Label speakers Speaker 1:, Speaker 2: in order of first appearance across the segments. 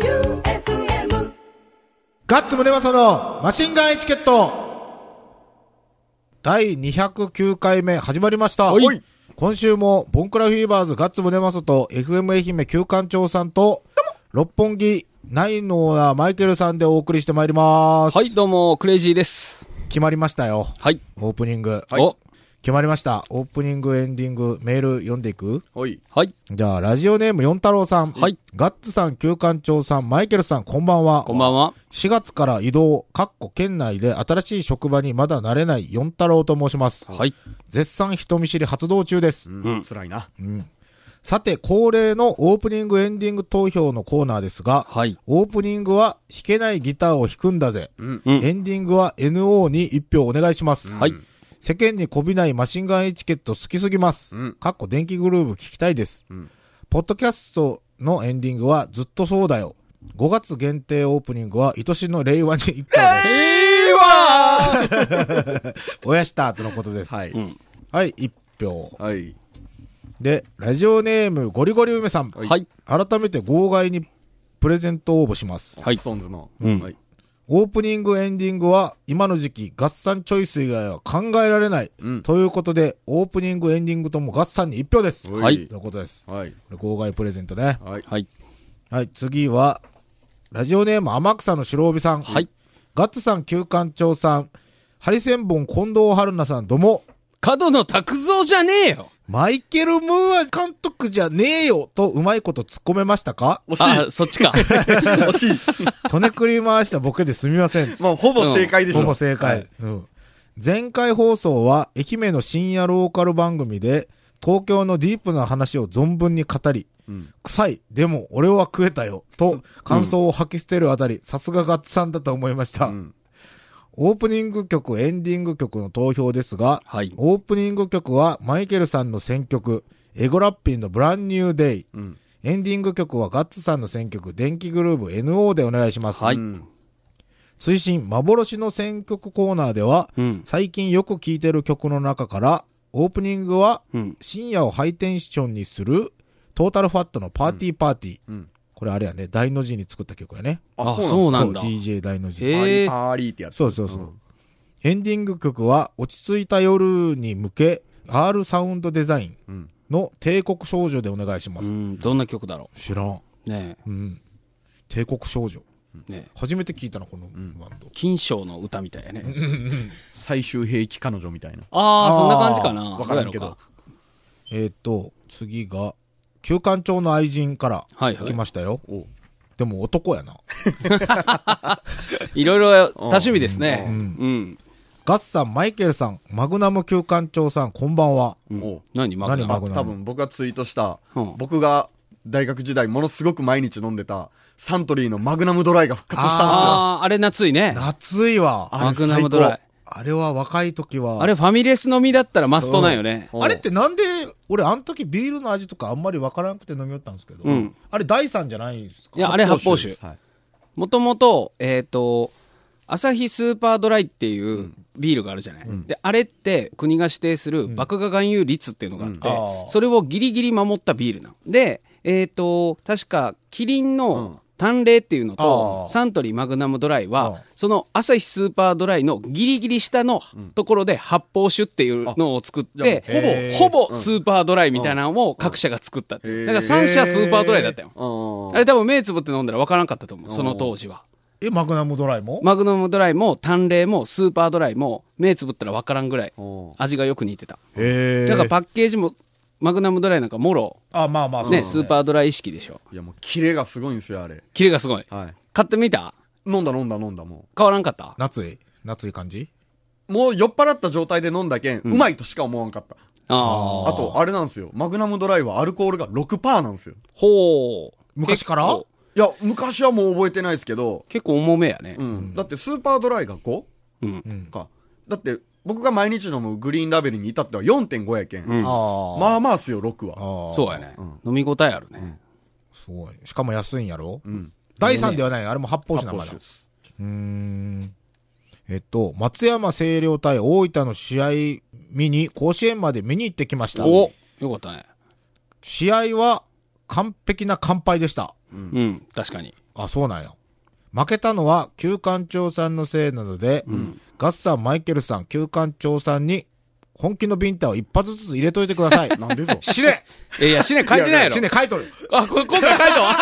Speaker 1: J-O-E-U-F-M
Speaker 2: ガッツムネマソのマシンガンエチケット第209回目始まりました。
Speaker 3: はい
Speaker 2: 今週もボンクラフィーバーズガッツムネマソと FM 愛媛旧館長さんと六本木ナインのオーナーマイケルさんでお送りしてまいります。
Speaker 3: はい、どうも、クレイジーです。
Speaker 2: 決まりましたよ。
Speaker 3: はい。
Speaker 2: オープニング。
Speaker 3: お、
Speaker 2: 決まりました。オープニング、エンディング、メール読んでいく
Speaker 4: はい。
Speaker 3: はい。
Speaker 2: じゃあ、ラジオネーム四太郎さん。
Speaker 3: はい
Speaker 2: ガッツさん、旧館長さん、マイケルさん、こんばんは。
Speaker 3: こんばんは。
Speaker 2: 4月から移動、かっこ県内で新しい職場にまだ慣れない四太郎と申します。
Speaker 3: はい。
Speaker 2: 絶賛人見知り発動中です。
Speaker 4: うん。辛いな。
Speaker 2: さて、恒例のオープニングエンディング投票のコーナーですが、
Speaker 3: はい。
Speaker 2: オープニングは弾けないギターを弾くんだぜ。
Speaker 3: うん
Speaker 2: エンディングは NO に1票お願いします。
Speaker 3: はい。
Speaker 2: 世間にこびないマシンガンエチケット好きすぎます。
Speaker 4: うん
Speaker 2: かっこ電気グルーブ聞きたいです。
Speaker 4: ん
Speaker 2: ポッドキャストのエンディングはずっとそうだよ。5月限定オープニングは愛しの令和に1票です。
Speaker 3: 平和
Speaker 2: おやしたとのことです。はい、
Speaker 4: はい。
Speaker 2: 1票。
Speaker 4: はい。
Speaker 2: で、ラジオネームゴリゴリ梅さん。
Speaker 4: はい
Speaker 3: はい。
Speaker 2: 改めて号外にプレゼント応募します。
Speaker 3: はい
Speaker 4: ストーンズの。
Speaker 3: ん
Speaker 4: はい。
Speaker 2: オープニング、エンディングは今の時期合算チョイス以外は考えられない。
Speaker 4: うん
Speaker 2: ということで、オープニング、エンディングとも合算に1票です。
Speaker 4: はい
Speaker 2: ということです。
Speaker 4: はい。
Speaker 2: これ号外プレゼントね。
Speaker 4: はい。
Speaker 3: はい。
Speaker 2: はい、次は、ラジオネーム天草の白帯さん。
Speaker 3: はい。
Speaker 2: ガッツさん、旧館長さん、ハリセンボン、近藤春菜さん、どうも。
Speaker 3: 角野拓造じゃねえよ。
Speaker 2: マイケル・ムーア監督じゃねえよとうまいこと突っ込めました か
Speaker 3: あ、そっちか。
Speaker 4: 惜しい。
Speaker 2: こねくり回したボケですみません。
Speaker 4: まあ、ほぼ正解でしょ。
Speaker 2: ほぼ正解、
Speaker 4: はい。
Speaker 2: うん。前回放送は愛媛の深夜ローカル番組で東京のディープな話を存分に語り、
Speaker 4: うん
Speaker 2: 臭い、でも俺は食えたよと感想を吐き捨てるあたり、さすがガッツさんだと思いました、
Speaker 4: うん
Speaker 2: オープニング曲、エンディング曲の投票ですが、
Speaker 3: はい。
Speaker 2: オープニング曲はマイケルさんの選曲、エゴラッピンのブランニューデイ。
Speaker 4: うん。
Speaker 2: エンディング曲はガッツさんの選曲、電気グルーブ NO でお願いします。
Speaker 3: はい
Speaker 4: うん
Speaker 2: 推進、幻の選曲コーナーでは、
Speaker 3: うん。
Speaker 2: 最近よく聴いてる曲の中から、オープニングは
Speaker 3: うん。
Speaker 2: 深夜をハイテンションにする、トータルファットのパーティーパーティー。
Speaker 4: うん
Speaker 2: これあれやね、大の字に作った曲やね。
Speaker 3: あ、そう
Speaker 4: う
Speaker 3: なんだ
Speaker 2: そう。DJ 大の字。
Speaker 3: へ
Speaker 4: なん
Speaker 3: えー
Speaker 4: だ。あーリーってやつ。
Speaker 2: そうそうそう。
Speaker 4: うん
Speaker 2: エンディング曲は落ち着いた夜に向け R サウンドデザイン
Speaker 4: うん
Speaker 2: の帝国少女でお願いしま
Speaker 3: う
Speaker 2: す。
Speaker 3: ん。どんな曲だろ
Speaker 2: 知らん。
Speaker 3: う。ね
Speaker 2: うん。帝国少女。
Speaker 3: え。ねえ。
Speaker 2: 初めて聞いたな、このバンド。
Speaker 3: 金賞の歌みたいやね。
Speaker 4: 最終兵器彼女みたいな。
Speaker 3: あ
Speaker 2: あー
Speaker 3: あ、そんな感じかな。
Speaker 4: わからんけ
Speaker 3: どうや
Speaker 4: ど
Speaker 3: ろ。
Speaker 2: えっ、と、次が、旧館長の愛人から
Speaker 3: はいはい
Speaker 2: 来ましたよ。
Speaker 4: お
Speaker 2: でも男やな。
Speaker 3: うか。いろいろ多趣味ですね。うんん。
Speaker 2: ガッツさん、マイケルさん、マグナム旧館長さん、こんばんは。
Speaker 4: お
Speaker 3: 何マグナ
Speaker 2: 何マ
Speaker 3: ム
Speaker 2: グナム
Speaker 4: 多分僕がツイートした、
Speaker 3: うん
Speaker 4: 僕が大学時代ものすごく毎日飲んでたサントリーのマグナムドライが復活したん
Speaker 3: ああ、あれ夏いね。
Speaker 2: 夏いわ。
Speaker 4: あ
Speaker 3: マグナムドライ。
Speaker 2: あれは若い時は。
Speaker 3: あれファミレス飲みだったらマストなんよね。
Speaker 4: お
Speaker 2: あれってなんで、俺あの時ビールの味とかあんまりわからなくて飲みよったんですけど、
Speaker 3: うん
Speaker 2: あれ第三じゃないんですか
Speaker 3: いや、あれ発泡酒
Speaker 4: です。よ。はい。
Speaker 3: もともと、えっ、と、アサヒスーパードライっていうビールがあるじゃない。で、あれって国が指定する麦芽含有率っていうのがあって、
Speaker 2: うんあー
Speaker 3: それをギリギリ守ったビールなの。で、えっ、と、確かキリン
Speaker 4: うん
Speaker 3: の淡麗っていうのと、
Speaker 2: あー
Speaker 3: サントリーマグナムドライ
Speaker 2: うん
Speaker 3: は、そのアサヒスーパードライのギリギリ下のところで発泡酒っていうのを作っ
Speaker 4: じゃあ
Speaker 3: て、
Speaker 2: へー
Speaker 3: ほぼ、ほぼスーパードライみたいなのを各社が作ったっていう。
Speaker 4: うん
Speaker 3: だから3社スーパードライだったよ。
Speaker 4: あ
Speaker 3: あれ多分目つぶって飲んだら分からんかったと思う、その当時は。
Speaker 2: え、マグナムドライも、
Speaker 3: マグナムドライも、淡麗も、スーパードライも、目つぶったら分からんぐらい
Speaker 4: お、
Speaker 3: 味がよく似てた。
Speaker 2: へえ。
Speaker 3: だからパッケージも、マグナムドライなんかもろ、
Speaker 2: あ、まあまあ、そう
Speaker 3: ね、
Speaker 2: です
Speaker 3: スーパードライ意識でしょ。
Speaker 4: いやもうキレがすごいんですよ、あれ。
Speaker 3: キレがすごい。
Speaker 4: はい。
Speaker 3: 買ってみた
Speaker 4: 飲んだ飲んだ飲んだも
Speaker 3: 変わらんかった
Speaker 2: 夏い夏い感じ
Speaker 4: う。もう酔っ払った状態で飲んだけん、うまいとしか思わんかった。
Speaker 3: ああ。
Speaker 4: あと、あれなんですよ。マグナムドライはアルコールが6%なんですよ。
Speaker 3: ほう。
Speaker 2: 昔から
Speaker 3: 結構
Speaker 4: いや、昔はもう覚えてないですけど、
Speaker 3: 結構重めやね
Speaker 4: う。ん。だってスーパードライが 5?
Speaker 3: うん。
Speaker 4: か。だって、僕が毎日飲むグリーンラベルに至っては4.5やけん。
Speaker 3: うん。
Speaker 2: ああ。
Speaker 4: まあまあっすよ、6は。
Speaker 2: ああ。
Speaker 3: そう
Speaker 2: う。
Speaker 3: やね。飲み応えあるね。
Speaker 2: すごい。しかも安いんやろ、
Speaker 4: うん。
Speaker 2: 第三ではない。あれも発泡酒なまだ。
Speaker 4: 発泡酒
Speaker 2: う
Speaker 4: です
Speaker 2: ーん。えっと、松山清涼対大分の試合見に、甲子園まで見に行ってきました。
Speaker 3: およかったね。
Speaker 2: 試合は、完璧な乾杯でした。
Speaker 3: うん、確かに。
Speaker 2: あ、そうなんや。負けたのは、旧館長さんのせいなので、ガッサン、マイケルさん、旧館長さんに、本気のビンタを一発ずつ入れといてくだ さい。
Speaker 4: なんでぞ。
Speaker 2: 死ね
Speaker 3: えいや、シネ書いてないやろ。
Speaker 2: 死ね書いとる。
Speaker 3: あ、これ今回書いたわ。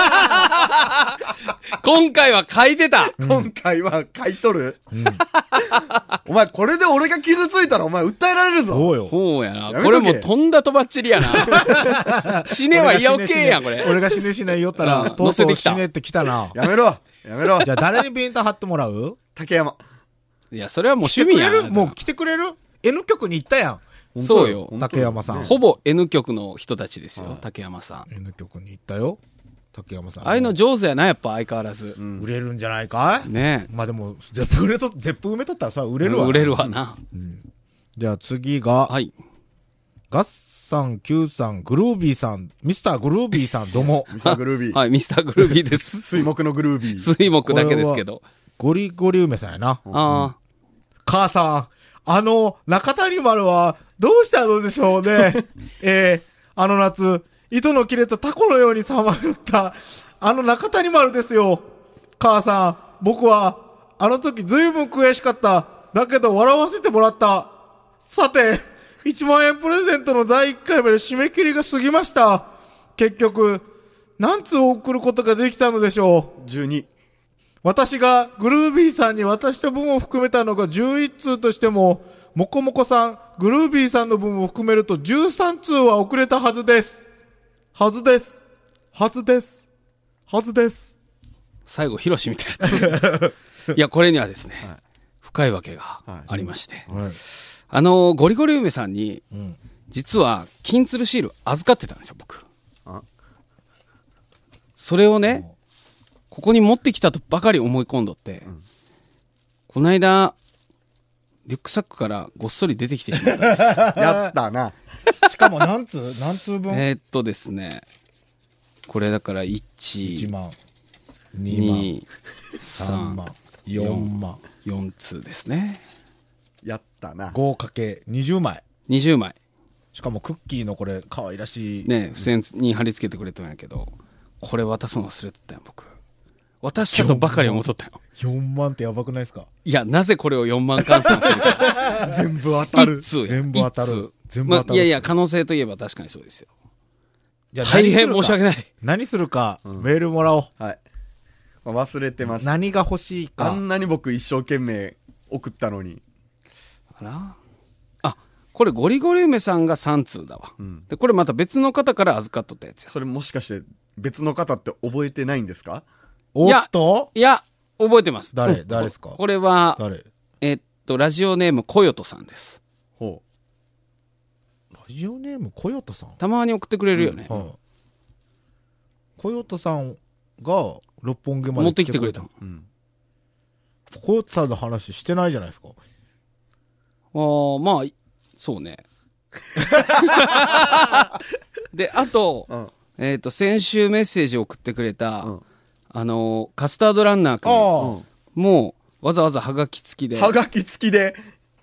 Speaker 3: 今回は書いてた。
Speaker 4: 今回は買い取る、 お前、これで俺が傷ついたらお前訴えられるぞ。
Speaker 2: そうよ。
Speaker 3: ほうや
Speaker 4: やめと
Speaker 3: な。
Speaker 4: け
Speaker 3: これもう飛んだとばっちりやな。死ねは嫌おけやん、これ。
Speaker 2: 俺が死ね死ね言おったら、
Speaker 3: うん
Speaker 2: とうと
Speaker 3: 乗せ
Speaker 2: う
Speaker 3: てき
Speaker 2: 死
Speaker 3: た
Speaker 2: ねってきたな。
Speaker 4: やめろ。やめろ
Speaker 2: じ。ゃあ誰にビンタ貼ってもらう
Speaker 4: 竹山。
Speaker 3: いや、それはもう趣味や
Speaker 2: 来てくれる
Speaker 3: ん。
Speaker 2: もう来てくれる ?N 局に行ったや
Speaker 3: うそうよ。
Speaker 4: 本当
Speaker 2: 竹山さん
Speaker 4: ね
Speaker 3: ほぼ N 局の人たちですよ、竹山さん。
Speaker 2: ん。N 局に行ったよ。竹山さん。
Speaker 3: ああいうの上手やな、やっぱ相変わらず。
Speaker 2: 売れるんじゃないかい
Speaker 3: ね
Speaker 2: まあでも、ゼップ売れと、ゼップ埋めとったらさ、売
Speaker 3: え。
Speaker 2: れるわ。
Speaker 3: 売れるわな。
Speaker 2: じゃあ次が、
Speaker 3: はい。
Speaker 2: ガッさん、キューさん、グルービーさん、ミスターグルービーさん、どう も。
Speaker 4: ミサグルービー。
Speaker 3: はい、ミスターグルービーです。
Speaker 4: 水木のグルービー。
Speaker 3: 水木だけですけど。
Speaker 2: ゴリゴリ梅さんやな。
Speaker 3: あ
Speaker 2: 母さん、あの、中谷丸は、どうしたのでしょうね。えー、あの夏、糸の切れたタコのようにさまよった、あの中谷丸ですよ。母さん、僕は、あの時ずいぶん悔しかった。だけど笑わせてもらった。さて、1万円プレゼントの第1回目の締め切りが過ぎました。結局、何通送ることができたのでしょう。
Speaker 4: 12。
Speaker 2: 私がグルービーさんに渡した分を含めたのが11通としても、もこもこさん、グルービーさんの分を含めると13通は遅れたはずです。はずです。はずです。はずです。
Speaker 3: あ、最後、ヒロシみたいなや つ。いや、これにはですね、深いわけがありまして。
Speaker 2: はい。
Speaker 3: あの、ゴリゴリ梅さんに、実は、金鶴シール預かってたんですよ、僕
Speaker 4: あ。
Speaker 3: それをね、ここに持ってきたとばかり思い込んどって、この間、リュックサックからごっそり出てきてしまったんです。
Speaker 4: やったな。
Speaker 2: しかも何通何通分
Speaker 3: えーっとですね、これだから、1、
Speaker 2: ?1 万、2
Speaker 3: 2、
Speaker 2: 万、3
Speaker 3: 3
Speaker 2: 万、、4万、
Speaker 3: 4通ですね。
Speaker 4: やったな。
Speaker 2: 5かけ20枚。
Speaker 3: 20枚。
Speaker 2: しかもクッキーのこれ、可愛らしい。
Speaker 3: ね、付箋に貼り付けてくれたんやけど、これ渡すの忘れてたよ、僕。渡したとばかり思っとったよ。
Speaker 2: 4万ってやばくないですか
Speaker 3: いや、なぜこれを4万換算するか。
Speaker 4: 全部当たる
Speaker 3: 一。通や
Speaker 2: 全部当たる
Speaker 3: 一通
Speaker 2: 全部当たる
Speaker 3: まあいやいや、可能性といえば確かにそうですよ。
Speaker 2: じゃあ
Speaker 3: 大変申し訳
Speaker 2: い。
Speaker 3: ない。
Speaker 2: 何するか、メールもらおう。
Speaker 4: はい。まあ忘れてました。
Speaker 2: 何が欲しい
Speaker 4: あ
Speaker 2: か。
Speaker 4: んなに僕一生懸命送ったのに。
Speaker 3: あらあ、これゴリゴリ梅さんが3通だわ。で、これまた別の方から預かっとったやつや。
Speaker 4: それもしかして別の方って覚えてないんですか
Speaker 2: おっと
Speaker 3: いや、覚えてます。
Speaker 2: 誰
Speaker 3: うん
Speaker 2: 誰ですか
Speaker 3: これは、
Speaker 2: 誰
Speaker 3: えっと、ラジオネーム、コヨトさんです。
Speaker 4: ほ
Speaker 2: ラジオネームコヨトさん、
Speaker 3: たまに送ってくれるよね。
Speaker 2: はいコヨトさんが六本木まで
Speaker 3: 持ってきてくれた。
Speaker 2: 来
Speaker 3: あ
Speaker 4: う。うん。
Speaker 2: たコヨトさんの話してないじゃないですか
Speaker 3: あーまあ、そうね。で、あと、
Speaker 4: うん。
Speaker 3: えっ、と、先週メッセージを送ってくれた、
Speaker 4: うん
Speaker 3: あのー、カスタードランナーくん
Speaker 2: あ
Speaker 3: もう、わざわざハガキ付きで、
Speaker 4: はがき付きで。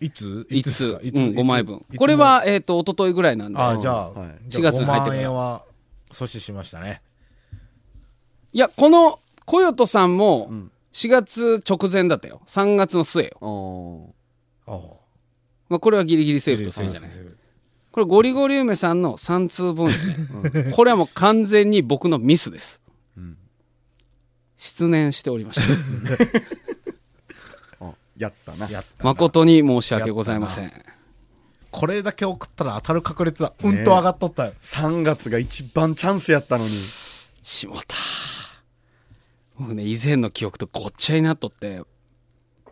Speaker 2: いつ
Speaker 3: い
Speaker 2: いつです
Speaker 3: つ
Speaker 2: か、
Speaker 3: う
Speaker 2: い
Speaker 3: ん、
Speaker 2: つ
Speaker 3: 5枚分
Speaker 2: い。つ
Speaker 3: これは、えっ、と、一昨日ぐらいなんで、
Speaker 2: ああじゃあ、
Speaker 4: はい
Speaker 2: じゃあ
Speaker 3: 4月に入
Speaker 2: 5
Speaker 3: ってから
Speaker 2: 万円は阻止しましたね
Speaker 3: いや、この、コヨトさんも
Speaker 4: ん、
Speaker 3: 4月直前だったよ。3月の末よ。
Speaker 4: おー
Speaker 2: ああ
Speaker 3: まあ、これはギリギリセーフとするじゃない。これ、ゴリゴリ梅さんの3通分よね。これはもう完全に僕のミスです。失念しておりました。
Speaker 4: あやったな。
Speaker 2: やったな
Speaker 3: 誠に申し訳ございません。
Speaker 2: これだけ送ったら当たる確率はうんと上がっとったよ、
Speaker 4: 3月が一番チャンスやったのに。
Speaker 3: しもた。僕ね、以前の記憶とごっちゃになっとって、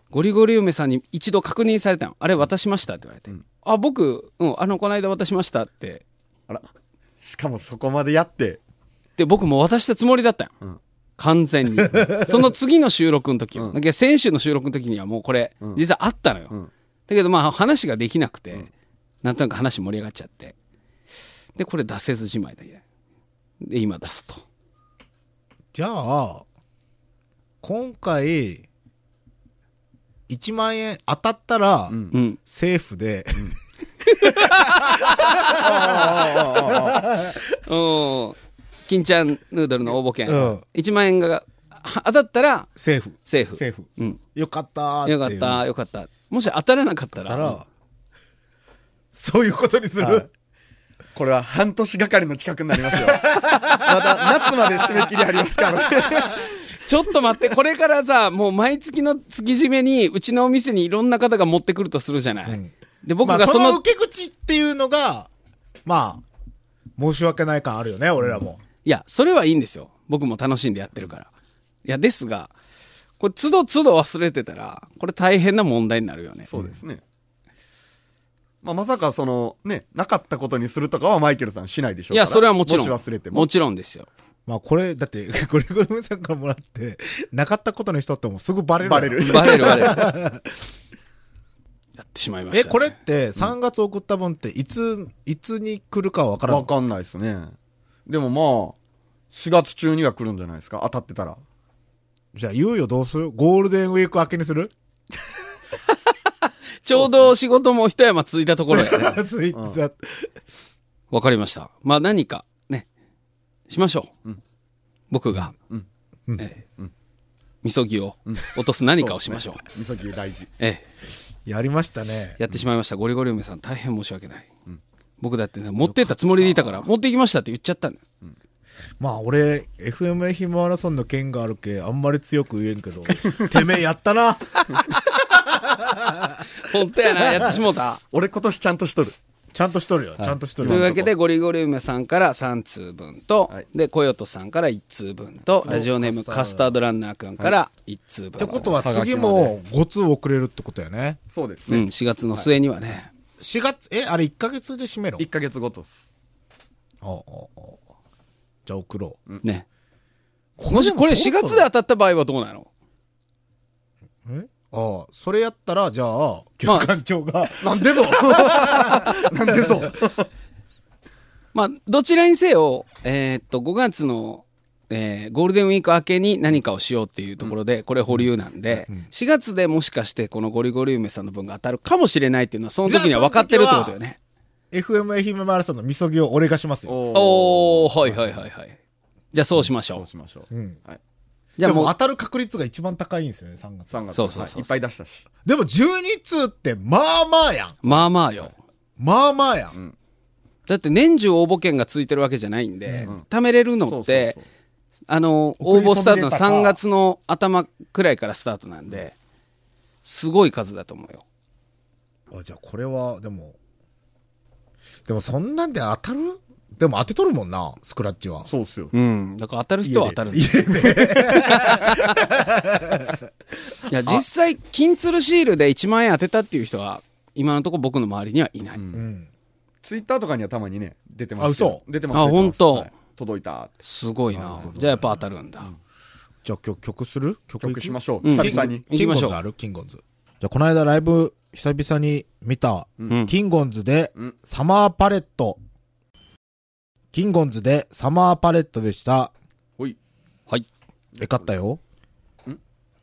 Speaker 3: ゴリゴリ梅さんに一度確認されたの。あれ渡しましたって言われて。あ、僕、うん、あの、この間渡しましたって。
Speaker 4: あら。しかもそこまでやって。
Speaker 3: で、僕も渡したつもりだったよ。
Speaker 4: ん
Speaker 3: 完全に。その次の収録の時よ。
Speaker 4: うん
Speaker 3: だけど先週の収録の時にはもうこれ、
Speaker 4: うん
Speaker 3: 実はあったのよ。
Speaker 4: うん
Speaker 3: だけどまあ話ができなくて、なんとなく話盛り上がっちゃって。で、これ出せずじまいだよ。で、今出すと。
Speaker 2: じゃあ今回1万円当たったら、
Speaker 4: うん
Speaker 3: うん。
Speaker 2: セーフで、
Speaker 4: ああああああ
Speaker 3: うん。金ちゃんヌードルの応募券、
Speaker 2: うん
Speaker 3: 1万円がは当たったら
Speaker 2: セーフ。
Speaker 3: セーフ
Speaker 2: セーフ。
Speaker 3: うん、
Speaker 2: よかったーっていう
Speaker 3: よかったよかったもし当たらなかったら
Speaker 2: だから、そういうことにす
Speaker 4: はい
Speaker 2: る。
Speaker 4: これは半年がかりの企画になりま すよまた夏まで締め切りありますから
Speaker 3: ちょっと待って、これからさ、もう毎月の月締めに、うちのお店にいろんな方が持ってくるとするじゃない。
Speaker 2: うん
Speaker 3: で、僕
Speaker 2: まあ
Speaker 3: がそ
Speaker 2: そ
Speaker 3: の、
Speaker 2: の受け口っていうのが、まあ、申し訳ない感あるよね、俺らも。
Speaker 3: いや、それはいいんですよ。僕も楽しんでやってるから。いや、ですが、これ、つどつど忘れてたら、これ大変な問題になるよね。
Speaker 4: そうですね、まあ、まさかそのねなかったことにするとかはマイケルさんしないでしょう
Speaker 3: い
Speaker 4: か
Speaker 3: や、
Speaker 4: ら
Speaker 3: それはもちろん。
Speaker 4: もし忘れても
Speaker 3: もちろんですよ。
Speaker 2: まあこれ、だって、 ゴリゴリ梅さんからもらって、なかったことにしとってもすぐバレる。
Speaker 4: バレる。
Speaker 3: バレる バレる。やってしまいました、
Speaker 2: え、これって3月送った分っていつ、いつに来るかわから
Speaker 4: わ
Speaker 2: ん。
Speaker 4: かんないですねでもまあ4月中には来るんじゃないですか当たってたら
Speaker 2: じゃあ言うよどうするゴールデンウィーク明けにす る
Speaker 3: ちょうど仕事も一山ついたところやね。
Speaker 2: ツイッター。
Speaker 3: わかりました。まあ何か、ね、しましょう。
Speaker 4: うん
Speaker 3: 僕が、
Speaker 4: うん
Speaker 3: ええ
Speaker 4: うん
Speaker 3: みそぎを落とす何かをしましょう。
Speaker 4: みそぎ大事
Speaker 3: え
Speaker 2: やりましたね
Speaker 3: え、。やってしまいました。ゴリゴリ梅さん、大変申し訳ない。僕だってね、持ってったつもりでいたから、持って行きましたって言っちゃったんだよ
Speaker 2: まあ俺、FM 愛媛マラソンの件があるけ、あんまり強く言えんけ ど、てめえやったな
Speaker 3: 本当やな、 やってしもうた。
Speaker 4: 俺今年ちゃんとしとる
Speaker 2: ちゃんとしとるよ、ちゃんとしと
Speaker 3: と
Speaker 2: る
Speaker 3: いう
Speaker 2: よ。
Speaker 3: わけで、ゴリゴリ梅さんから3通分と、
Speaker 4: はい
Speaker 3: で、コヨトさんから1通分と、ラジオネームカスタードランナーくんから1通分。っ
Speaker 2: ってことは次も5通遅れるってことやね。
Speaker 4: そうです
Speaker 3: う
Speaker 4: ね、
Speaker 3: ん、4月の末にはね、
Speaker 2: 4月、え、あれ1ヶ月で締めろ。
Speaker 4: 1ヶ月ごとっす
Speaker 2: おおおじゃあ送ろう。
Speaker 3: ね。もしこれ4月で当たった場合はどうなの
Speaker 2: えああ、それやったら、じゃあ、
Speaker 3: ま
Speaker 2: 教
Speaker 3: あ
Speaker 2: 官長が、
Speaker 4: なんでぞ なんでぞ
Speaker 3: まあ、どちらにせよ、えーっと、5月の、えーゴールデンウィーク明けに何かをしようっていうところで、これ保留なんで、4月でもしかしてこのゴリゴリ梅さんの分が当たるかもしれないっていうのは、その時には分かってるってことよね。
Speaker 2: FM 愛媛マラソンのみそぎを俺がしますよ。
Speaker 3: おー、はいはいはいはい。じゃあそうしましょ
Speaker 4: どう
Speaker 3: う。
Speaker 4: しましょう、
Speaker 2: うん。
Speaker 4: はい、
Speaker 3: じゃ
Speaker 2: で
Speaker 3: あも
Speaker 2: も
Speaker 3: う
Speaker 2: 当、たる確率が一番高いんですよね、3月。
Speaker 4: 3月
Speaker 3: そうそうそう
Speaker 4: はい、いっぱい出したし
Speaker 2: でも12通って、まあまあやん。
Speaker 3: まあまあよ。
Speaker 2: まあまあやん。
Speaker 3: だって年中応募券がついてるわけじゃないんで、貯めれるのって、
Speaker 4: そうそうそう
Speaker 3: あの、応
Speaker 2: 送り
Speaker 3: 募スタートの
Speaker 2: そびれたか
Speaker 3: 3月の頭くらいからスタートなんで、すごい数だと思うよ。
Speaker 2: あじゃあこれは、でも、でもそんなんで当たるでも当てとるもんな、スクラッチは。
Speaker 4: そうっすよ
Speaker 3: うん。だから当たる人は当たるんだよ いや、実際、金鶴シールで1万円当てたっていう人は、今のところ僕の周りにはいない。
Speaker 2: うん。
Speaker 4: ツイッターとかにはたまにね出てます
Speaker 2: あ嘘
Speaker 4: 出てます
Speaker 3: あ
Speaker 4: 出てます
Speaker 3: ほんと
Speaker 4: はい届いたって
Speaker 3: すごいな。じゃあやっぱ当たるんだ。
Speaker 2: じゃあ曲、曲する曲
Speaker 4: 曲しま
Speaker 2: ょ
Speaker 4: しょう、
Speaker 3: うん
Speaker 4: 久々に
Speaker 2: キンゴンズあるキンゴンズ。じゃあこの間ライブ、久々に見た、
Speaker 3: うん。
Speaker 2: キンゴンズで
Speaker 4: うん、
Speaker 2: サマーパレット。キンゴンズで、サマーパレットでした。
Speaker 4: ほい
Speaker 3: はい。
Speaker 2: えかったよ。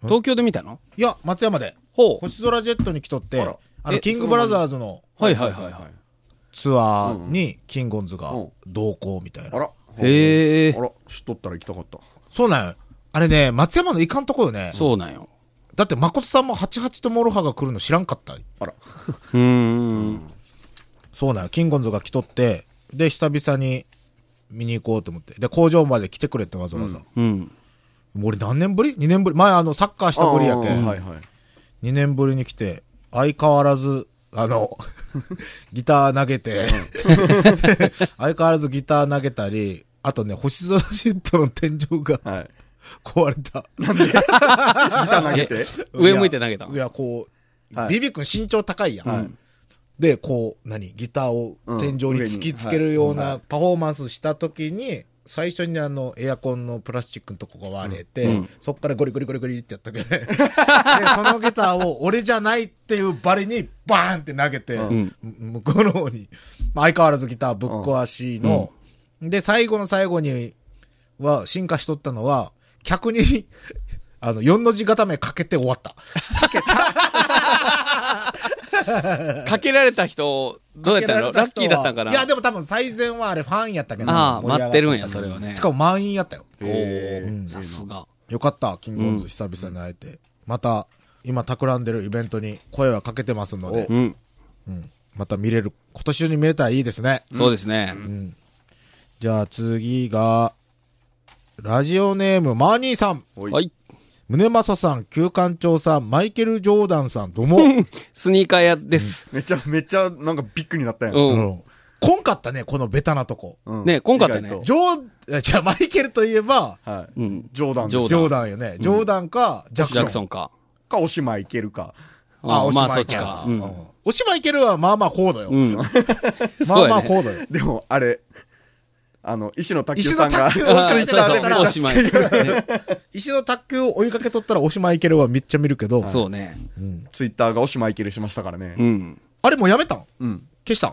Speaker 3: 東京で見たの
Speaker 2: いや、松山で、
Speaker 3: ほう。
Speaker 2: 星空ジェットに来とって
Speaker 4: あら、
Speaker 2: あの、
Speaker 3: え
Speaker 2: キングブラザーズの
Speaker 3: はいはいはいはい。
Speaker 2: ツアーに、キンゴンズが
Speaker 4: うん
Speaker 2: 同行みたい
Speaker 4: あ
Speaker 2: な。
Speaker 4: ら
Speaker 3: へえ
Speaker 4: あ。ら知っとったら行きたかった
Speaker 2: そうなんよ。あれね、松山のいかんとこよね。
Speaker 3: そうなんよ。
Speaker 2: だって、誠さんも88とモロハが来るの知らんかった。
Speaker 4: あら
Speaker 3: うーん。
Speaker 2: そうなんよ。キンゴンズが来とって、で、久々に見に行こうと思って。で、工場まで来てくれってわざわざ。
Speaker 3: うん。
Speaker 2: もう俺何年ぶり ?2 年ぶり。前あの、サッカーしたぶりやけ
Speaker 4: あ
Speaker 2: ん
Speaker 4: ー。はいはい
Speaker 2: 2年ぶりに来て、相変わらず、あの、 ギター投げて、 相変わらずギター投げたり、あとね、星空シートの天井が
Speaker 4: はい
Speaker 2: 壊れた。
Speaker 4: ギター投げて
Speaker 3: 上向いて投げた
Speaker 2: いやいや、こう、
Speaker 4: はい
Speaker 2: ビビ君身長高いやん。
Speaker 4: はい
Speaker 2: で、こう、何ギターを天井に突きつけるよう
Speaker 4: うん上には
Speaker 2: ないパフォーマンスした時に、最初にあの、エアコンのプラスチックのとこが割れて、そっからゴリゴリゴリゴリってやったけど、 でそのギターを俺じゃないっていうバリにバーンって投げて、
Speaker 3: ん
Speaker 2: 向こうの方に、まあ相変わらずギターぶっ壊しの、で、最後の最後には、進化しとったのは、客に、 あの、4の字固めかけて終わった。
Speaker 3: かけられた人、どうやった
Speaker 2: かけられ人は
Speaker 3: のラッキーだったんかない
Speaker 2: や、でも多分最善はあれファンやったけど。
Speaker 3: ああ、
Speaker 2: 盛り上
Speaker 3: 待
Speaker 2: が
Speaker 3: っ
Speaker 2: ってた
Speaker 3: るんや、それはね。
Speaker 2: しかも満員やったよ。
Speaker 3: お
Speaker 4: へ
Speaker 3: ー
Speaker 4: ー
Speaker 3: さすが。
Speaker 2: よかった、キングオンズ久々に会えて。また、今企んでるイベントに声はかけてますので
Speaker 4: お、
Speaker 3: うん。
Speaker 2: また見れる、今年中に見れたらいいですね。
Speaker 3: そうですね。
Speaker 2: じゃあ次が、ラジオネーム、マーニーさん、
Speaker 3: は
Speaker 4: はい。
Speaker 3: い。
Speaker 2: 宗正さん、旧館長さん、マイケル・ジョーダンさん、どうも。
Speaker 3: スニーカー屋です。
Speaker 4: めちゃめちゃなんかビッグになったやん。
Speaker 2: う
Speaker 3: うん。
Speaker 2: ん。こんかったね、このベタなとこ。
Speaker 4: うん
Speaker 3: ね今回だね
Speaker 4: 意外
Speaker 2: ジ
Speaker 4: と
Speaker 2: ョー、えじゃあマイケルといえば、
Speaker 4: は
Speaker 3: う
Speaker 4: い。
Speaker 3: ん。
Speaker 4: 冗談
Speaker 3: ジョー
Speaker 2: ジョーダンよね。ジョーダンか、ジャク
Speaker 3: ジ
Speaker 2: ソ
Speaker 3: ャ
Speaker 2: ン。
Speaker 3: クソンか。
Speaker 4: か、おしまいけるか。
Speaker 3: ああ、まあ
Speaker 2: 押
Speaker 3: そ
Speaker 2: し
Speaker 3: っちか。う
Speaker 2: いける
Speaker 3: ん。
Speaker 2: うんおしまいけるは、まあまあこうだよ。
Speaker 3: うん。
Speaker 2: まあまあ
Speaker 3: そうやね
Speaker 2: こうだよ。
Speaker 4: でも、あれ、あの、石野卓球さんが、
Speaker 2: 石野卓球
Speaker 3: あ
Speaker 2: 忘
Speaker 3: ー
Speaker 2: れて
Speaker 3: そう
Speaker 2: た
Speaker 3: そう、もうおしまい。 ね
Speaker 2: 一度卓球を追いかけとったら、おしまいけるはめっちゃ見るけど、
Speaker 3: そうね。
Speaker 2: うん
Speaker 4: ツイッターがおしまいけるしましたからね
Speaker 3: う。ん。
Speaker 2: あれもうやめたん
Speaker 4: うん。
Speaker 2: 消したん
Speaker 4: い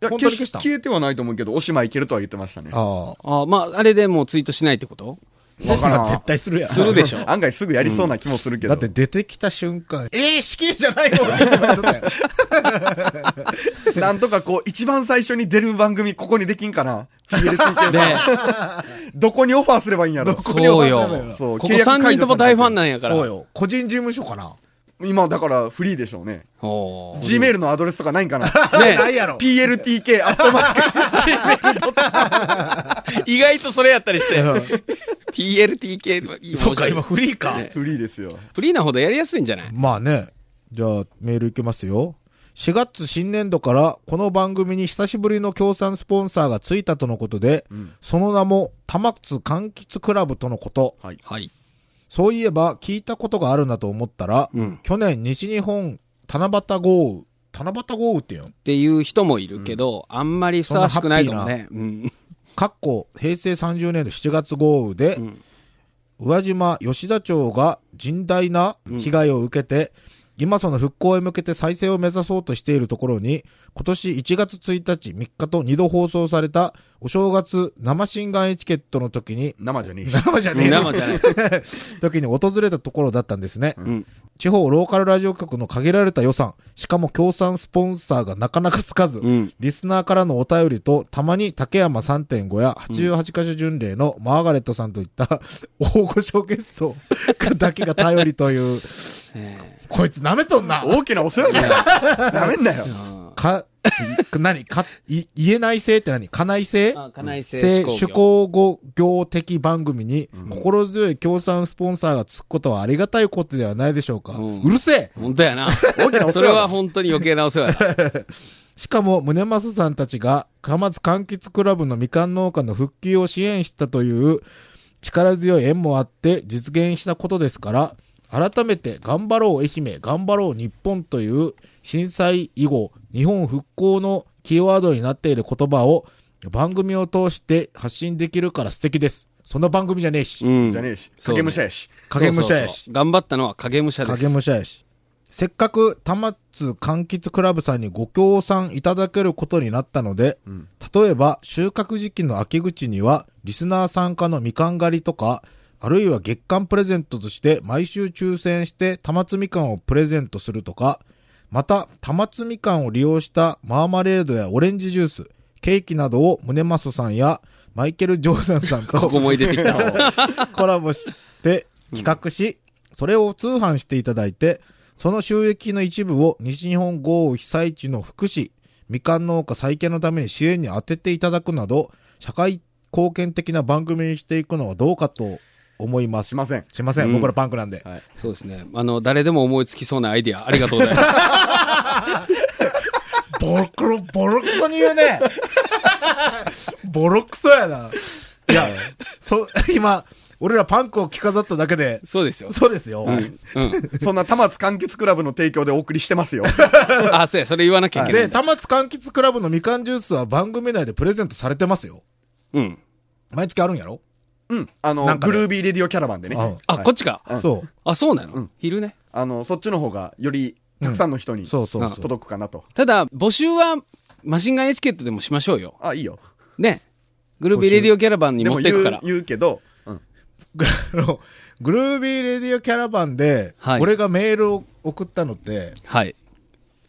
Speaker 4: や
Speaker 2: 本当に消したん
Speaker 4: 消えてはないと思うけど、おしまいけるとは言ってましたね。
Speaker 2: あ
Speaker 3: ああ、まあ、あれでもうツイートしないってこと
Speaker 2: あ。
Speaker 4: わからん
Speaker 2: 絶対するやん。
Speaker 3: するでしょ。
Speaker 4: 案外すぐやりそうな気もするけ
Speaker 2: だ
Speaker 4: ど。
Speaker 2: って出てきた瞬間、ええ死刑じゃないのって 言われてたよ
Speaker 4: なんとかこう、一番最初に出る番組、ここにできんかな ?PL 中継
Speaker 3: で、
Speaker 4: どこにオファーすればいいんやろ
Speaker 2: どこ
Speaker 3: そう
Speaker 2: ここ
Speaker 3: よ。
Speaker 4: そう
Speaker 3: ここ
Speaker 4: 契約解除
Speaker 3: 3人とも大ファンなんやから。
Speaker 2: そうよ。個人事務所かな。
Speaker 4: 今、だからフリーでしょうね。
Speaker 3: おー
Speaker 4: Gmail のアドレスとかないんかな
Speaker 3: ね
Speaker 2: ないやろ。
Speaker 4: ?PLTK、アットマーク。
Speaker 3: 意外とそれやったりして。PLTK とかい い
Speaker 2: そうか、
Speaker 3: 面白い
Speaker 2: 今 フリーか。
Speaker 3: ね
Speaker 4: フリーですよ。
Speaker 3: フリーなほどやりやすいんじゃない
Speaker 2: まあね。じゃあ、メールいきますよ。4月新年度からこの番組に久しぶりの協賛スポンサーがついたとのことで、
Speaker 4: うん
Speaker 2: その名も玉津柑橘クラブとのこと。
Speaker 3: はい。
Speaker 2: そういえば聞いたことがあるなと思ったら、
Speaker 3: うん。っ
Speaker 2: 去年西日本七夕豪雨、七夕豪雨って言うん
Speaker 3: ていう人もいるけど、あんまりふさわしくないかもね。うん。
Speaker 2: かっこ平成30年度7月豪雨で、
Speaker 3: うん
Speaker 2: 宇和島吉田町が甚大な被害を受けて、今その復興へ向けて再生を目指そうとしているところに、今年1月1日、3日と2度放送されたお正月生心眼エチケットの時に、
Speaker 4: 生じゃねえし。
Speaker 2: 生 じゃねえ
Speaker 3: 生じゃない。
Speaker 2: 時に訪れたところだったんですね。
Speaker 3: うん。
Speaker 2: 地方ローカルラジオ局の限られた予算、しかも協賛スポンサーがなかなかつかず、
Speaker 3: うん。
Speaker 2: リスナーからのお便りと、たまに竹山3.5や88箇所巡礼のマーガレットさんといった、大御所ゲストだけが頼りという、
Speaker 3: ええ
Speaker 2: こいつ舐めとんな
Speaker 4: 大きなお世話だよ。ダメんなよ。
Speaker 3: あ
Speaker 2: か、い何か、い言えない性って何家内性
Speaker 3: ー、家内性
Speaker 2: 性
Speaker 3: 思考
Speaker 2: 趣向語業的番組に
Speaker 4: うん
Speaker 2: 心強い協賛スポンサーがつくことはありがたいことではないでしょうか。
Speaker 3: うん
Speaker 2: うるせえ
Speaker 3: 本当やな。
Speaker 4: 大きなお
Speaker 3: そ
Speaker 4: 世
Speaker 3: れ
Speaker 4: 話
Speaker 3: は
Speaker 4: だ。
Speaker 3: 本当に余計なお世話だ。
Speaker 2: しかも、宗正さんたちが、浜津柑橘クラブのみかん農家の復帰を支援したという力強い縁もあって実現したことですから、改めて、頑張ろう愛媛、頑張ろう日本という震災以後、日本復興のキーワードになっている言葉を番組を通して発信できるから素敵です。そんな番組じゃねえし。
Speaker 3: うん
Speaker 4: じゃねえし。
Speaker 3: そうね
Speaker 4: 影武者やし。
Speaker 2: 影武者やし。
Speaker 3: そうそうそう頑張ったのは影武者です。
Speaker 2: 影武者やし。せっかく、玉津柑橘クラブさんにご協賛いただけることになったので、
Speaker 4: うん
Speaker 2: 例えば収穫時期の秋口には、リスナー参加のみかん狩りとか、あるいは月間プレゼントとして毎週抽選して玉津みかんをプレゼントするとか、また、玉津みかんを利用したマーマレードやオレンジジュース、ケーキなどを宗正さんやマイケル・ジョーダンさんと
Speaker 3: ここも入れてきた。
Speaker 2: コラボして企画し、それを通販していただいて、その収益の一部を西日本豪雨被災地の福祉、みかん農家再建のために支援に当てていただくなど、社会貢献的な番組にしていくのはどうかと思います。
Speaker 4: しません。
Speaker 2: すいません、
Speaker 3: うん
Speaker 2: 僕らパンクなんで。
Speaker 4: はい
Speaker 3: そうですね。あの、誰でも思いつきそうなアイディア、ありがとうございます。
Speaker 2: ボロクロ、ボロクソに言う ね。ボロクソやな。いや、そ、今、俺らパンクを着飾っただけで、
Speaker 3: そうですよ。
Speaker 2: そうですよ。
Speaker 3: うん。うん。
Speaker 4: そんな、玉津柑橘クラブの提供でお送りしてます よ。
Speaker 3: あ、そうや、それ言わなきゃいけない
Speaker 2: で、
Speaker 3: んだ。
Speaker 2: たまつ柑橘クラブのみかんジュースは番組内でプレゼントされてますよ。
Speaker 3: うん。
Speaker 2: 毎月あるんやろ、
Speaker 4: うん。あの、
Speaker 2: なんかね
Speaker 4: グルービーレディオキャラバンでね。
Speaker 2: うん
Speaker 3: あ、
Speaker 4: はい
Speaker 3: こっちか。
Speaker 4: うん
Speaker 2: そ
Speaker 3: あ、そうなの、
Speaker 4: うん
Speaker 3: 昼ね。
Speaker 4: あの、そっちの方が、より、たくさんの人に、
Speaker 2: う。そうそう
Speaker 3: あ
Speaker 2: そう。
Speaker 4: 届くかなと。
Speaker 3: ただ、募集は、マシンガンエチケットでもしましょうよ。
Speaker 4: あ、いいよ。
Speaker 3: ね。グルービーレディオキャラバンに
Speaker 4: で
Speaker 3: 持
Speaker 4: も
Speaker 3: ってい
Speaker 4: 言
Speaker 3: くから
Speaker 4: う、。言うけど、うん。
Speaker 2: あの、グルービーレディオキャラバンで
Speaker 3: は、い
Speaker 2: 俺がメールを送ったのって、
Speaker 3: はい。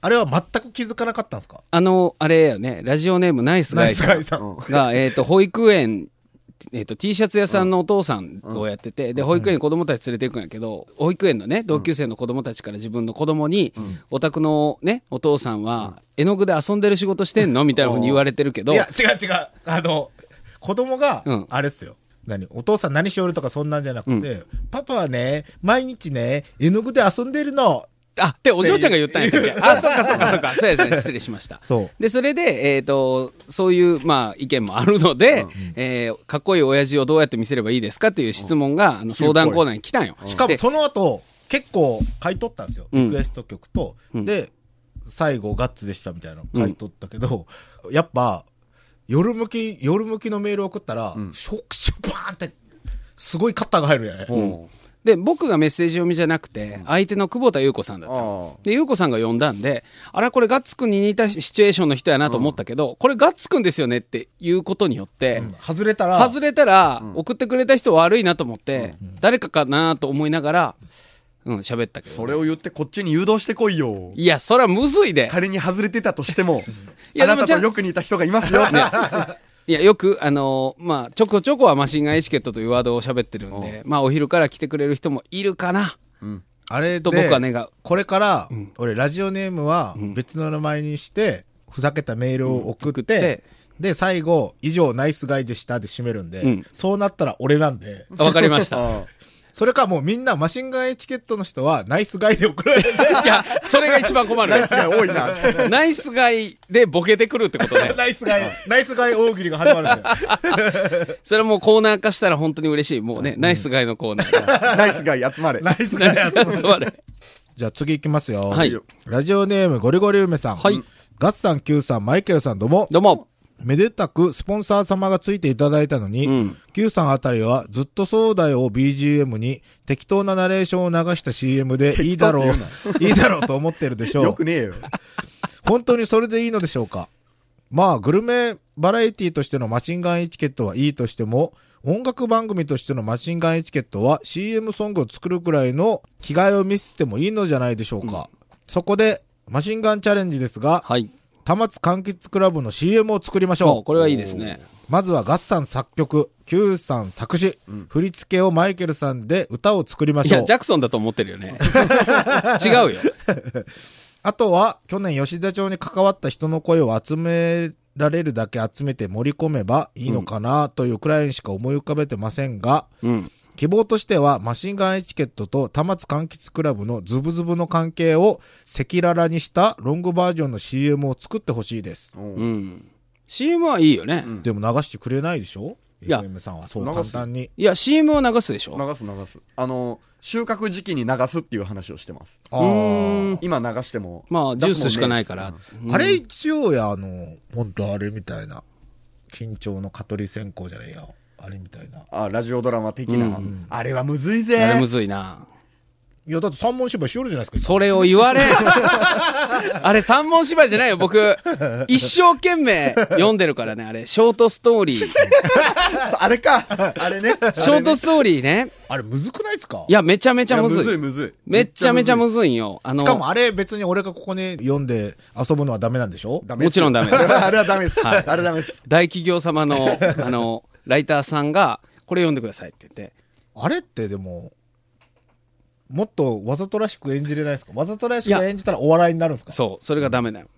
Speaker 2: あれは全く気づかなかったんですか
Speaker 3: あの、あれやね、ラジオネームナイス
Speaker 2: ナ
Speaker 3: ガ
Speaker 2: イ
Speaker 3: イ
Speaker 2: ス
Speaker 3: さ
Speaker 2: ガイさん。
Speaker 4: う
Speaker 3: ん
Speaker 4: ん
Speaker 3: が、えっ、と、保育園、えっ、と、T シャツ屋さんのお父さんをやってて、で、保育園に子供たち連れて行くんやけど、保育園のね、同級生の子供たちから自分の子供に、お宅のね、お父さんは、絵の具で遊んでる仕事してんのみたいなふうに言われてるけど、
Speaker 2: いや、違う違う。あの、子供が
Speaker 3: うん、
Speaker 2: あれっすよ。何お父さん何しおるとかそんなんじゃなくて、パパはね、毎日ね、絵の具で遊んでるの。
Speaker 3: あ、ってお嬢ちゃんが言ったんやったっけあ、そうかそうかそうか。そうやね。失礼しました。
Speaker 2: そう
Speaker 3: で、それで、えっ、と、そういう、まあ、意見もあるので、えーかっこいい親父をどうやって見せればいいですかっていう質問が、あの、相談コーナーに来たんよ。
Speaker 2: しかも
Speaker 3: で
Speaker 2: その後、結構買い取ったんですよ。
Speaker 3: うん
Speaker 2: リクエスト曲と。
Speaker 3: うん
Speaker 2: で、最後ガッツでしたみたいなの買い取ったけど、やっぱ、夜向き、夜向きのメール送ったら、
Speaker 4: ん
Speaker 2: ショックシュバーンって、すごいカッターが入るよね。
Speaker 4: うん
Speaker 3: で、僕がメッセージ読みじゃなくて、相手の久保田優子さんだったの
Speaker 4: あ。
Speaker 3: で、優子さんが呼んだんで、あら、これガッツくんに似たシチュエーションの人やなと思ったけど、これガッツくんですよねっていうことによって、
Speaker 2: うん外れたら、
Speaker 3: 外れたら、送ってくれた人悪いなと思って、誰かかなと思いながら、うん、喋ったけどね、
Speaker 4: それを言ってこっちに誘導してこいよ。
Speaker 3: いや、そらむずいで。
Speaker 4: 仮に外れてたとしても、
Speaker 3: いやで
Speaker 4: あな
Speaker 3: も
Speaker 4: た
Speaker 3: じゃあ
Speaker 4: とよく似た人がいますよ って。
Speaker 3: いや、よく、あのーまあ、ちょこちょこはマシンガンエチケットというワードを喋ってるんで、まあ、お昼から来てくれる人もいるかな、
Speaker 2: あれで
Speaker 3: と僕は願う。
Speaker 2: これから、俺ラジオネームは別の名前にして、ふざけたメールを送って、
Speaker 3: うん送って
Speaker 2: で、最後、以上ナイスガイでしたで締めるんで、
Speaker 3: うん
Speaker 2: そうなったら俺なんで、
Speaker 3: あわかりました。
Speaker 4: あ
Speaker 2: それかもうみんなマシンガンエチケットの人はナイスガイで送られるんで、
Speaker 3: いや、それが一番困る。ナイス
Speaker 4: あ多いな。
Speaker 3: ガイでボケてくるってことね。
Speaker 2: ナイスガイ、ナイスガイ大喜利が始まるんで。
Speaker 3: それはもうコーナー化したら本当に嬉しい。もうね、ナイスガイのコーナー。
Speaker 4: ナイスガイ集まれ。
Speaker 2: ナイス
Speaker 3: ナ
Speaker 2: ガイ
Speaker 3: イスガイのコーナー
Speaker 2: じゃあ次行きますよ。
Speaker 3: はい
Speaker 2: ラジオネームゴリゴリ梅さん。
Speaker 3: はい
Speaker 2: ガッさん、キューさん、マイケルさん、どうも。
Speaker 3: どうも。
Speaker 2: めでたくスポンサー様がついていただいたのに、
Speaker 3: うん
Speaker 2: Q さんあたりはずっと壮大を BGM に適当なナレーションを流した CM でいいだろう、いいだろうと思ってるでしょ
Speaker 4: よ
Speaker 2: う
Speaker 4: く。ねえよ。
Speaker 2: 本当にそれでいいのでしょうかまあ、グルメバラエティとしてのマシンガンエチケットはいいとしても、音楽番組としてのマシンガンエチケットは CM ソングを作るくらいの着替えを見せてもいいのじゃないでしょうか。そこで、マシンガンチャレンジですが、
Speaker 3: はい。
Speaker 2: 田松柑橘クラブの CM を作りましょう。
Speaker 3: もう、これはいいですね。
Speaker 2: まずはガッサン作曲、Q さん作詞、振り付けをマイケルさんで歌を作りま
Speaker 3: い
Speaker 2: しょ
Speaker 3: や、
Speaker 2: う
Speaker 3: ジ。ャクソンだと思ってるよね。違うよ。
Speaker 2: あとは、去年吉田町に関わった人の声を集められるだけ集めて盛り込めばいいのかなというくらいにしか思い浮かべてませんが、
Speaker 3: うん。
Speaker 2: 希望としてはマシンガンエチケットと田松柑橘クラブのズブズブの関係を赤裸々にしたロングバージョンの CM を作ってほしいです。
Speaker 3: うん。CM はいいよね。
Speaker 2: でも流してくれないでしょ
Speaker 3: いや
Speaker 2: ?FM さんはそう
Speaker 4: 流す
Speaker 2: 簡単に。
Speaker 3: いや、CM を流すでしょ。
Speaker 4: 流す流す。あの、収穫時期に流すっていう話をしてます。
Speaker 2: あー
Speaker 4: 今流しても。
Speaker 3: まあ、ジュースしかないか
Speaker 4: う
Speaker 3: ら
Speaker 4: ん。
Speaker 3: うん
Speaker 2: あれ一応や、あの、本当あれみたいな。緊張の蚊取り線香じゃねえや。あれみたいな。
Speaker 4: あラジオドラマ的な、あれはむずいぜ
Speaker 3: あれむずいな。
Speaker 2: いや、だって三文芝居しよるじゃないですか。
Speaker 3: それを言われ。 あれ三文芝居じゃないよ、僕。一生懸命読んでるからね、あれ。ショートストーリー。シ
Speaker 4: あれかあれね
Speaker 3: ョートストーリーね。
Speaker 2: あれむずくないですか
Speaker 3: いや、めちゃめちゃむずい。
Speaker 4: いやむずいむずい
Speaker 3: めっちゃめちゃむ
Speaker 4: ずい
Speaker 3: ずいんよ。あの、
Speaker 2: しかもあれ別に俺がここに読んで遊ぶのはダメなんでしょ
Speaker 4: ダメ
Speaker 3: もちろんダメです。
Speaker 4: あれはダメです、あれダメです
Speaker 3: 大企業様の、あの、ライターさんが、これ読んでくださいって言って。
Speaker 2: あれってでも、もっとわざとらしく演じれないですかわざとらしく演じたらお笑いになるんですか
Speaker 3: そう、それがダメだよ。
Speaker 4: ゴ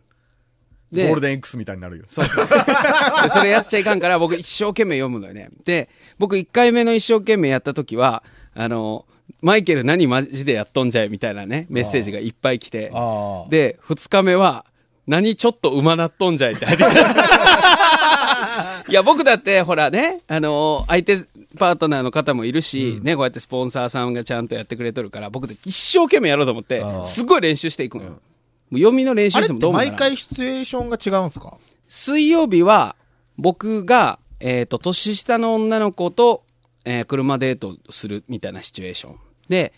Speaker 3: で
Speaker 4: ールデン X みたいになるよ
Speaker 3: そうそう。でそれやっちゃいかんから、僕一生懸命読むのよね。で、僕一回目の一生懸命やった時は、あの、マイケル何マジでやっとんじゃいみたいなね、メッセージがいっぱい来て
Speaker 2: あ。ー
Speaker 3: で、二日目は、何ちょっと馬なっとんじゃいって入ってき たいや、僕だって、ほらね、あの相手パートナーの方もいるし、ね、こうやってスポンサーさんがちゃんとやってくれとるから、僕で一生懸命やろうと思って
Speaker 2: あ、ー
Speaker 3: すごい練習していくのよ。もう読みの練
Speaker 2: あ
Speaker 3: 習し
Speaker 2: れ
Speaker 3: て
Speaker 2: っ
Speaker 3: もど
Speaker 2: て
Speaker 3: うもならん
Speaker 2: 毎回シチュエーションが違うんですか
Speaker 3: 水曜日は僕が、えっと年下の女の子と、えー車デートするみたいなシチュエーションで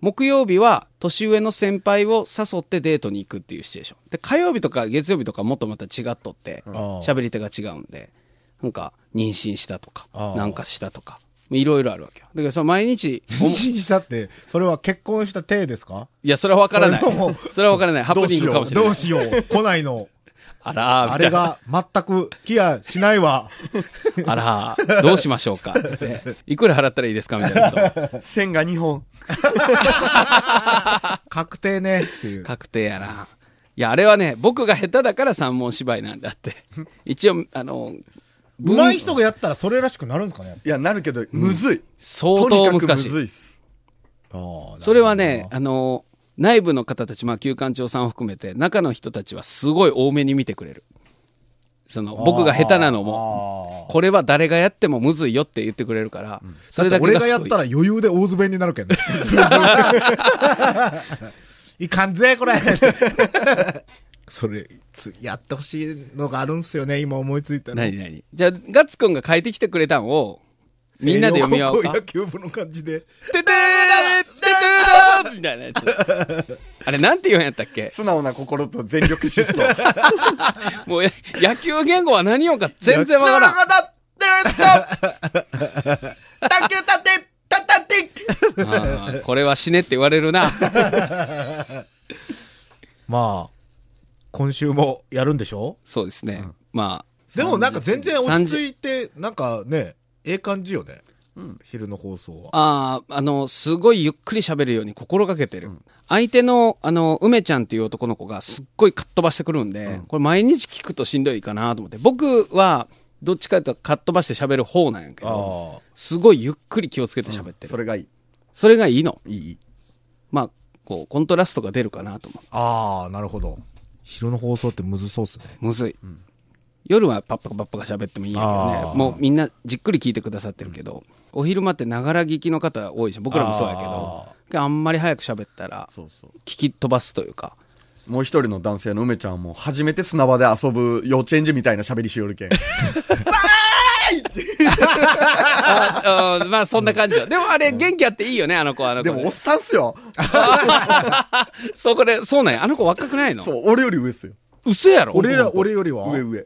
Speaker 3: 木曜日は年上の先輩を誘ってデートに行くっていうシチュエーションで火曜日とか月曜日とかもっとまた違っとって
Speaker 2: ん
Speaker 3: 喋り手が違うんでなんか妊娠したとか
Speaker 2: あー
Speaker 3: なんかしたとかいろいろあるわけよ。だからその毎日、おも
Speaker 2: 妊娠したって、それは結婚した体ですか
Speaker 3: いや、それはわからない
Speaker 2: それも。
Speaker 3: それはわからない。ハプニングかもしれな
Speaker 2: ど。
Speaker 3: いう
Speaker 2: しよう。来ないの。
Speaker 3: あらー、
Speaker 2: あ
Speaker 3: みた
Speaker 2: れ
Speaker 3: いな。
Speaker 2: が全くケアしない わ。
Speaker 3: あらー、どうしましょうか。って言っていくら払ったらいいですかみたいなこと。
Speaker 4: 線が2本。
Speaker 2: 確定ね。っていう。
Speaker 3: 確定やな。いや、あれはね、僕が下手だから三文芝居なんだって。一応、あの、文
Speaker 2: 上手い人がやったらそれらしくなるんですかね
Speaker 4: いや、なるけど、むずい。
Speaker 3: 相当
Speaker 4: とにか
Speaker 3: 難
Speaker 4: く
Speaker 3: し
Speaker 4: むず
Speaker 3: い。
Speaker 4: いっす。
Speaker 3: それはね、あの、内部の方たち、まあ、旧館長さんを含めて、中の人たちはすごい多めに見てくれる。その、僕が下手なのも、
Speaker 2: も
Speaker 3: これは誰がやってもむずいよって言ってくれるから、それだけ
Speaker 2: 俺
Speaker 3: が
Speaker 2: がや
Speaker 3: す
Speaker 2: っ
Speaker 3: ごい
Speaker 2: たら。余裕で大ズベになるけどね。 いかんぜ、これ。 それ、つやってほしいのがあるんすよね、今思いついたの。
Speaker 3: 何何じゃあ、ガッツくんが書いてきてくれたんを、みんなで読み合おう
Speaker 2: 高
Speaker 3: か
Speaker 2: 校。野球部の感じで。
Speaker 3: ててーててーみたいなやつ。あれ、なんて言うんやったっけ
Speaker 4: 素直な心と全力 疾走。
Speaker 3: もう、え野球言語は何をか全然わからん。あーこれは死ねって言われるな。
Speaker 2: まあ、今週もやるんでしょ
Speaker 3: そうですね。まあ、
Speaker 2: でもなんか全然落ち着いて、なんかね、ええ感じよね。昼の放送は。
Speaker 3: ああ、あの、すごいゆっくり喋るように心がけてる。相手の、あの、梅ちゃんっていう男の子がすっごいかっ飛ばしてくるんで、これ毎日聞くとしんどいかなと思って。僕は、どっちかというとかっ飛ばして喋る方なんやけど、
Speaker 2: ああ。
Speaker 3: すごいゆっくり気をつけて喋ってる。
Speaker 4: それがいい。
Speaker 3: それがいいの。
Speaker 4: いい
Speaker 3: まあ、こう、コントラストが出るかなと思
Speaker 2: ああ、なるほど。昼の放送ってむずそうっすね。
Speaker 3: う。むずい。夜はパッパカパッパカ喋ってもいいんやけど
Speaker 2: あ
Speaker 3: ね
Speaker 2: ー。
Speaker 3: もうみんなじっくり聞いてくださってるけど、お昼間ってながら聞きの方多いじゃん。僕らもそうやけ
Speaker 2: あ
Speaker 3: ど、あんまり早く喋ったら、
Speaker 4: そうそう。
Speaker 3: 聞き飛ばすというか。
Speaker 4: もう一人の男性の梅ちゃんも、初めて砂場で遊ぶ幼稚園児みたいな喋りし よるけん。
Speaker 3: ああまあそんな感じだ。でもあれ元気あっていいよね、あの子、あの子
Speaker 4: で
Speaker 3: ね、
Speaker 4: も、おっさんっすよ。
Speaker 3: そう、これ、そうなんや。あの子若くないの
Speaker 4: そう、俺より上っすよ。
Speaker 3: 嘘やろ
Speaker 2: 俺ら、俺よりは
Speaker 4: 上上。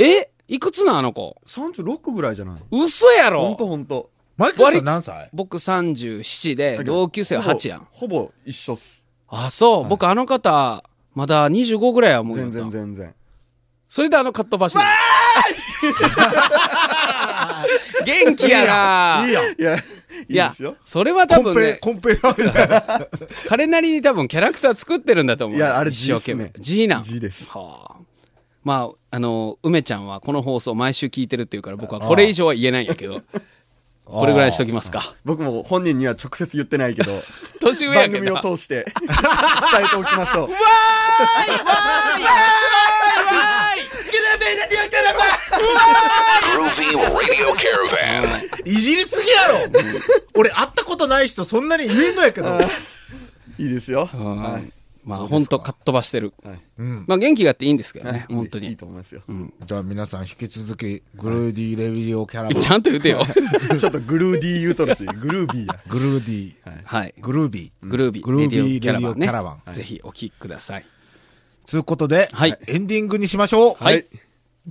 Speaker 3: えいくつなんあの子。
Speaker 4: 36ぐらいじゃない
Speaker 3: 嘘や
Speaker 4: ほんと
Speaker 3: ろ
Speaker 4: ほんと。
Speaker 2: マイケルさん何歳
Speaker 3: 僕37で、同級生は8やん。
Speaker 4: ほぼほぼ一緒っす。
Speaker 3: あ、そう。僕あの方、まだ25ぐらいはもうやっ
Speaker 4: 全
Speaker 3: た
Speaker 4: 然。全然。
Speaker 3: それであのカットバシ。元気やない
Speaker 2: いやん。
Speaker 4: いや、い
Speaker 3: い
Speaker 4: いで
Speaker 3: や
Speaker 4: すよ。、
Speaker 3: それは多
Speaker 2: コン
Speaker 3: 分
Speaker 2: ペ、
Speaker 3: ね、
Speaker 2: コンペは
Speaker 3: 彼なりに多分キャラクター作ってるんだと思う。
Speaker 4: いやあれ
Speaker 3: 一生懸命。
Speaker 4: G っすね
Speaker 3: G なん。
Speaker 4: G です
Speaker 3: はあ。まあ、あの、梅ちゃんはこの放送毎週聞いてるっていうから僕はこれ以上は言えないんやけど、 これぐらいにしときますか。
Speaker 4: 僕も本人には直接言ってないけ ど、
Speaker 3: 年上やけ
Speaker 4: 番組
Speaker 3: ど
Speaker 4: を
Speaker 3: な。
Speaker 4: 通して 伝えておきましょう。
Speaker 5: Groovy Radio Caravan.
Speaker 2: いじりすぎやろ俺会ったことない人そんなに言えんのやけど。
Speaker 4: いいですよ。
Speaker 3: うん
Speaker 4: はい。
Speaker 3: まあ、本当かっ飛ばしてる。
Speaker 4: はい
Speaker 2: うん。
Speaker 3: まあ、元気があっていいんですけどね、本当
Speaker 4: いいいい
Speaker 3: に。
Speaker 4: と思いますよ。
Speaker 2: じゃあ皆さん引き続き、グルーディーレビューキャラバン
Speaker 3: ちゃんと言うてよ。
Speaker 4: ちょっとグルーディー言うとるし、グルービーや。
Speaker 2: グルーディー、
Speaker 3: はい。
Speaker 2: グルービー。
Speaker 3: グルービ
Speaker 2: グルー
Speaker 3: ー、レ
Speaker 2: ビ
Speaker 3: デ
Speaker 2: ー
Speaker 3: ィオキャラバンね
Speaker 2: レディオキャラバンは。い
Speaker 3: ぜひお聴きください。
Speaker 2: つうことで、
Speaker 3: はい
Speaker 2: エンディングにしましょう。
Speaker 3: はい。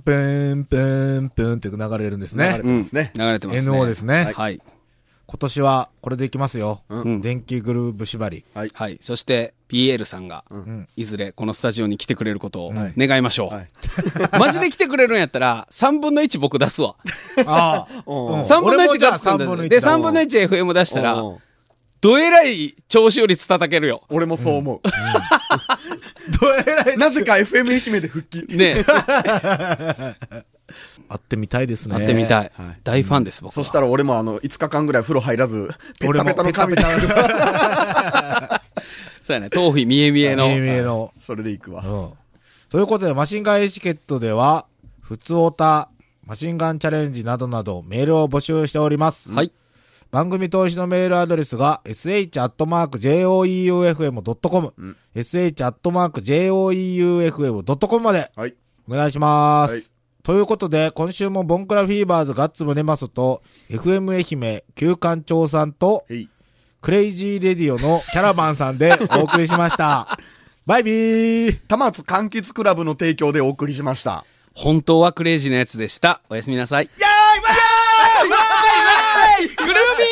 Speaker 2: プンプンプンって流れるんですね
Speaker 4: 流れ。
Speaker 3: うん。流
Speaker 4: ですね
Speaker 3: れてます
Speaker 2: NO ですね
Speaker 3: はい。
Speaker 2: 今年はこれでいきますよ。
Speaker 3: ん
Speaker 2: 電気グルーブ縛り。
Speaker 4: はい。
Speaker 3: はい。そして、PL さんが、
Speaker 2: ん
Speaker 3: いずれこのスタジオに来てくれることを
Speaker 2: はい
Speaker 3: 願いましょう。
Speaker 4: はい。
Speaker 3: マジで来てくれるんやったら、3分の1僕出すわ。
Speaker 2: ああ。
Speaker 4: うん
Speaker 3: 3分の
Speaker 2: 俺も
Speaker 3: 1
Speaker 2: じゃ
Speaker 3: ガ
Speaker 2: あ
Speaker 3: ッツくん
Speaker 2: 3分の
Speaker 3: 出
Speaker 2: 1
Speaker 3: で、
Speaker 2: だ
Speaker 3: 3分の 1FM 出したら
Speaker 4: う、ん
Speaker 3: どえらい聴取率叩けるよ。
Speaker 4: 俺もそう思
Speaker 2: どえら
Speaker 4: う。なぜか FM 愛媛で復帰。
Speaker 3: ねえ、
Speaker 2: 会ってみたいですね。
Speaker 3: 会ってみたい
Speaker 4: はい。
Speaker 3: 大ファンです、僕
Speaker 4: そ
Speaker 3: は
Speaker 4: し。たら俺もあの、5日間ぐらい風呂入らず、ペ
Speaker 2: 俺
Speaker 4: タ
Speaker 2: も
Speaker 4: ペタの髪
Speaker 2: ペ。タペタ
Speaker 3: そうやね、頭皮見え見え
Speaker 2: の。見え
Speaker 3: の。
Speaker 2: 見えの。
Speaker 4: それで行くわ。
Speaker 2: うん。ということで、マシンガンエチケットでは、普通オタ、マシンガンチャレンジなどなどメールを募集しております。
Speaker 3: はい。
Speaker 2: 番組投資のメールアドレスが sh.joeufm.com、sh.joeufm.com まで
Speaker 4: はい。
Speaker 2: お願いします。
Speaker 4: はい
Speaker 2: ということで、今週もボンクラフィーバーズガッツムネマソと、FM 愛媛、旧館長さんと、
Speaker 4: へい。
Speaker 2: クレイジーレディオのキャラバンさんでお送りしました。バイビー
Speaker 4: たまつ柑橘クラブの提供でお送りしました。
Speaker 3: 本当はクレイジーなやつでした。おやすみなさい。
Speaker 4: やーいわーいわーい
Speaker 3: 暗闇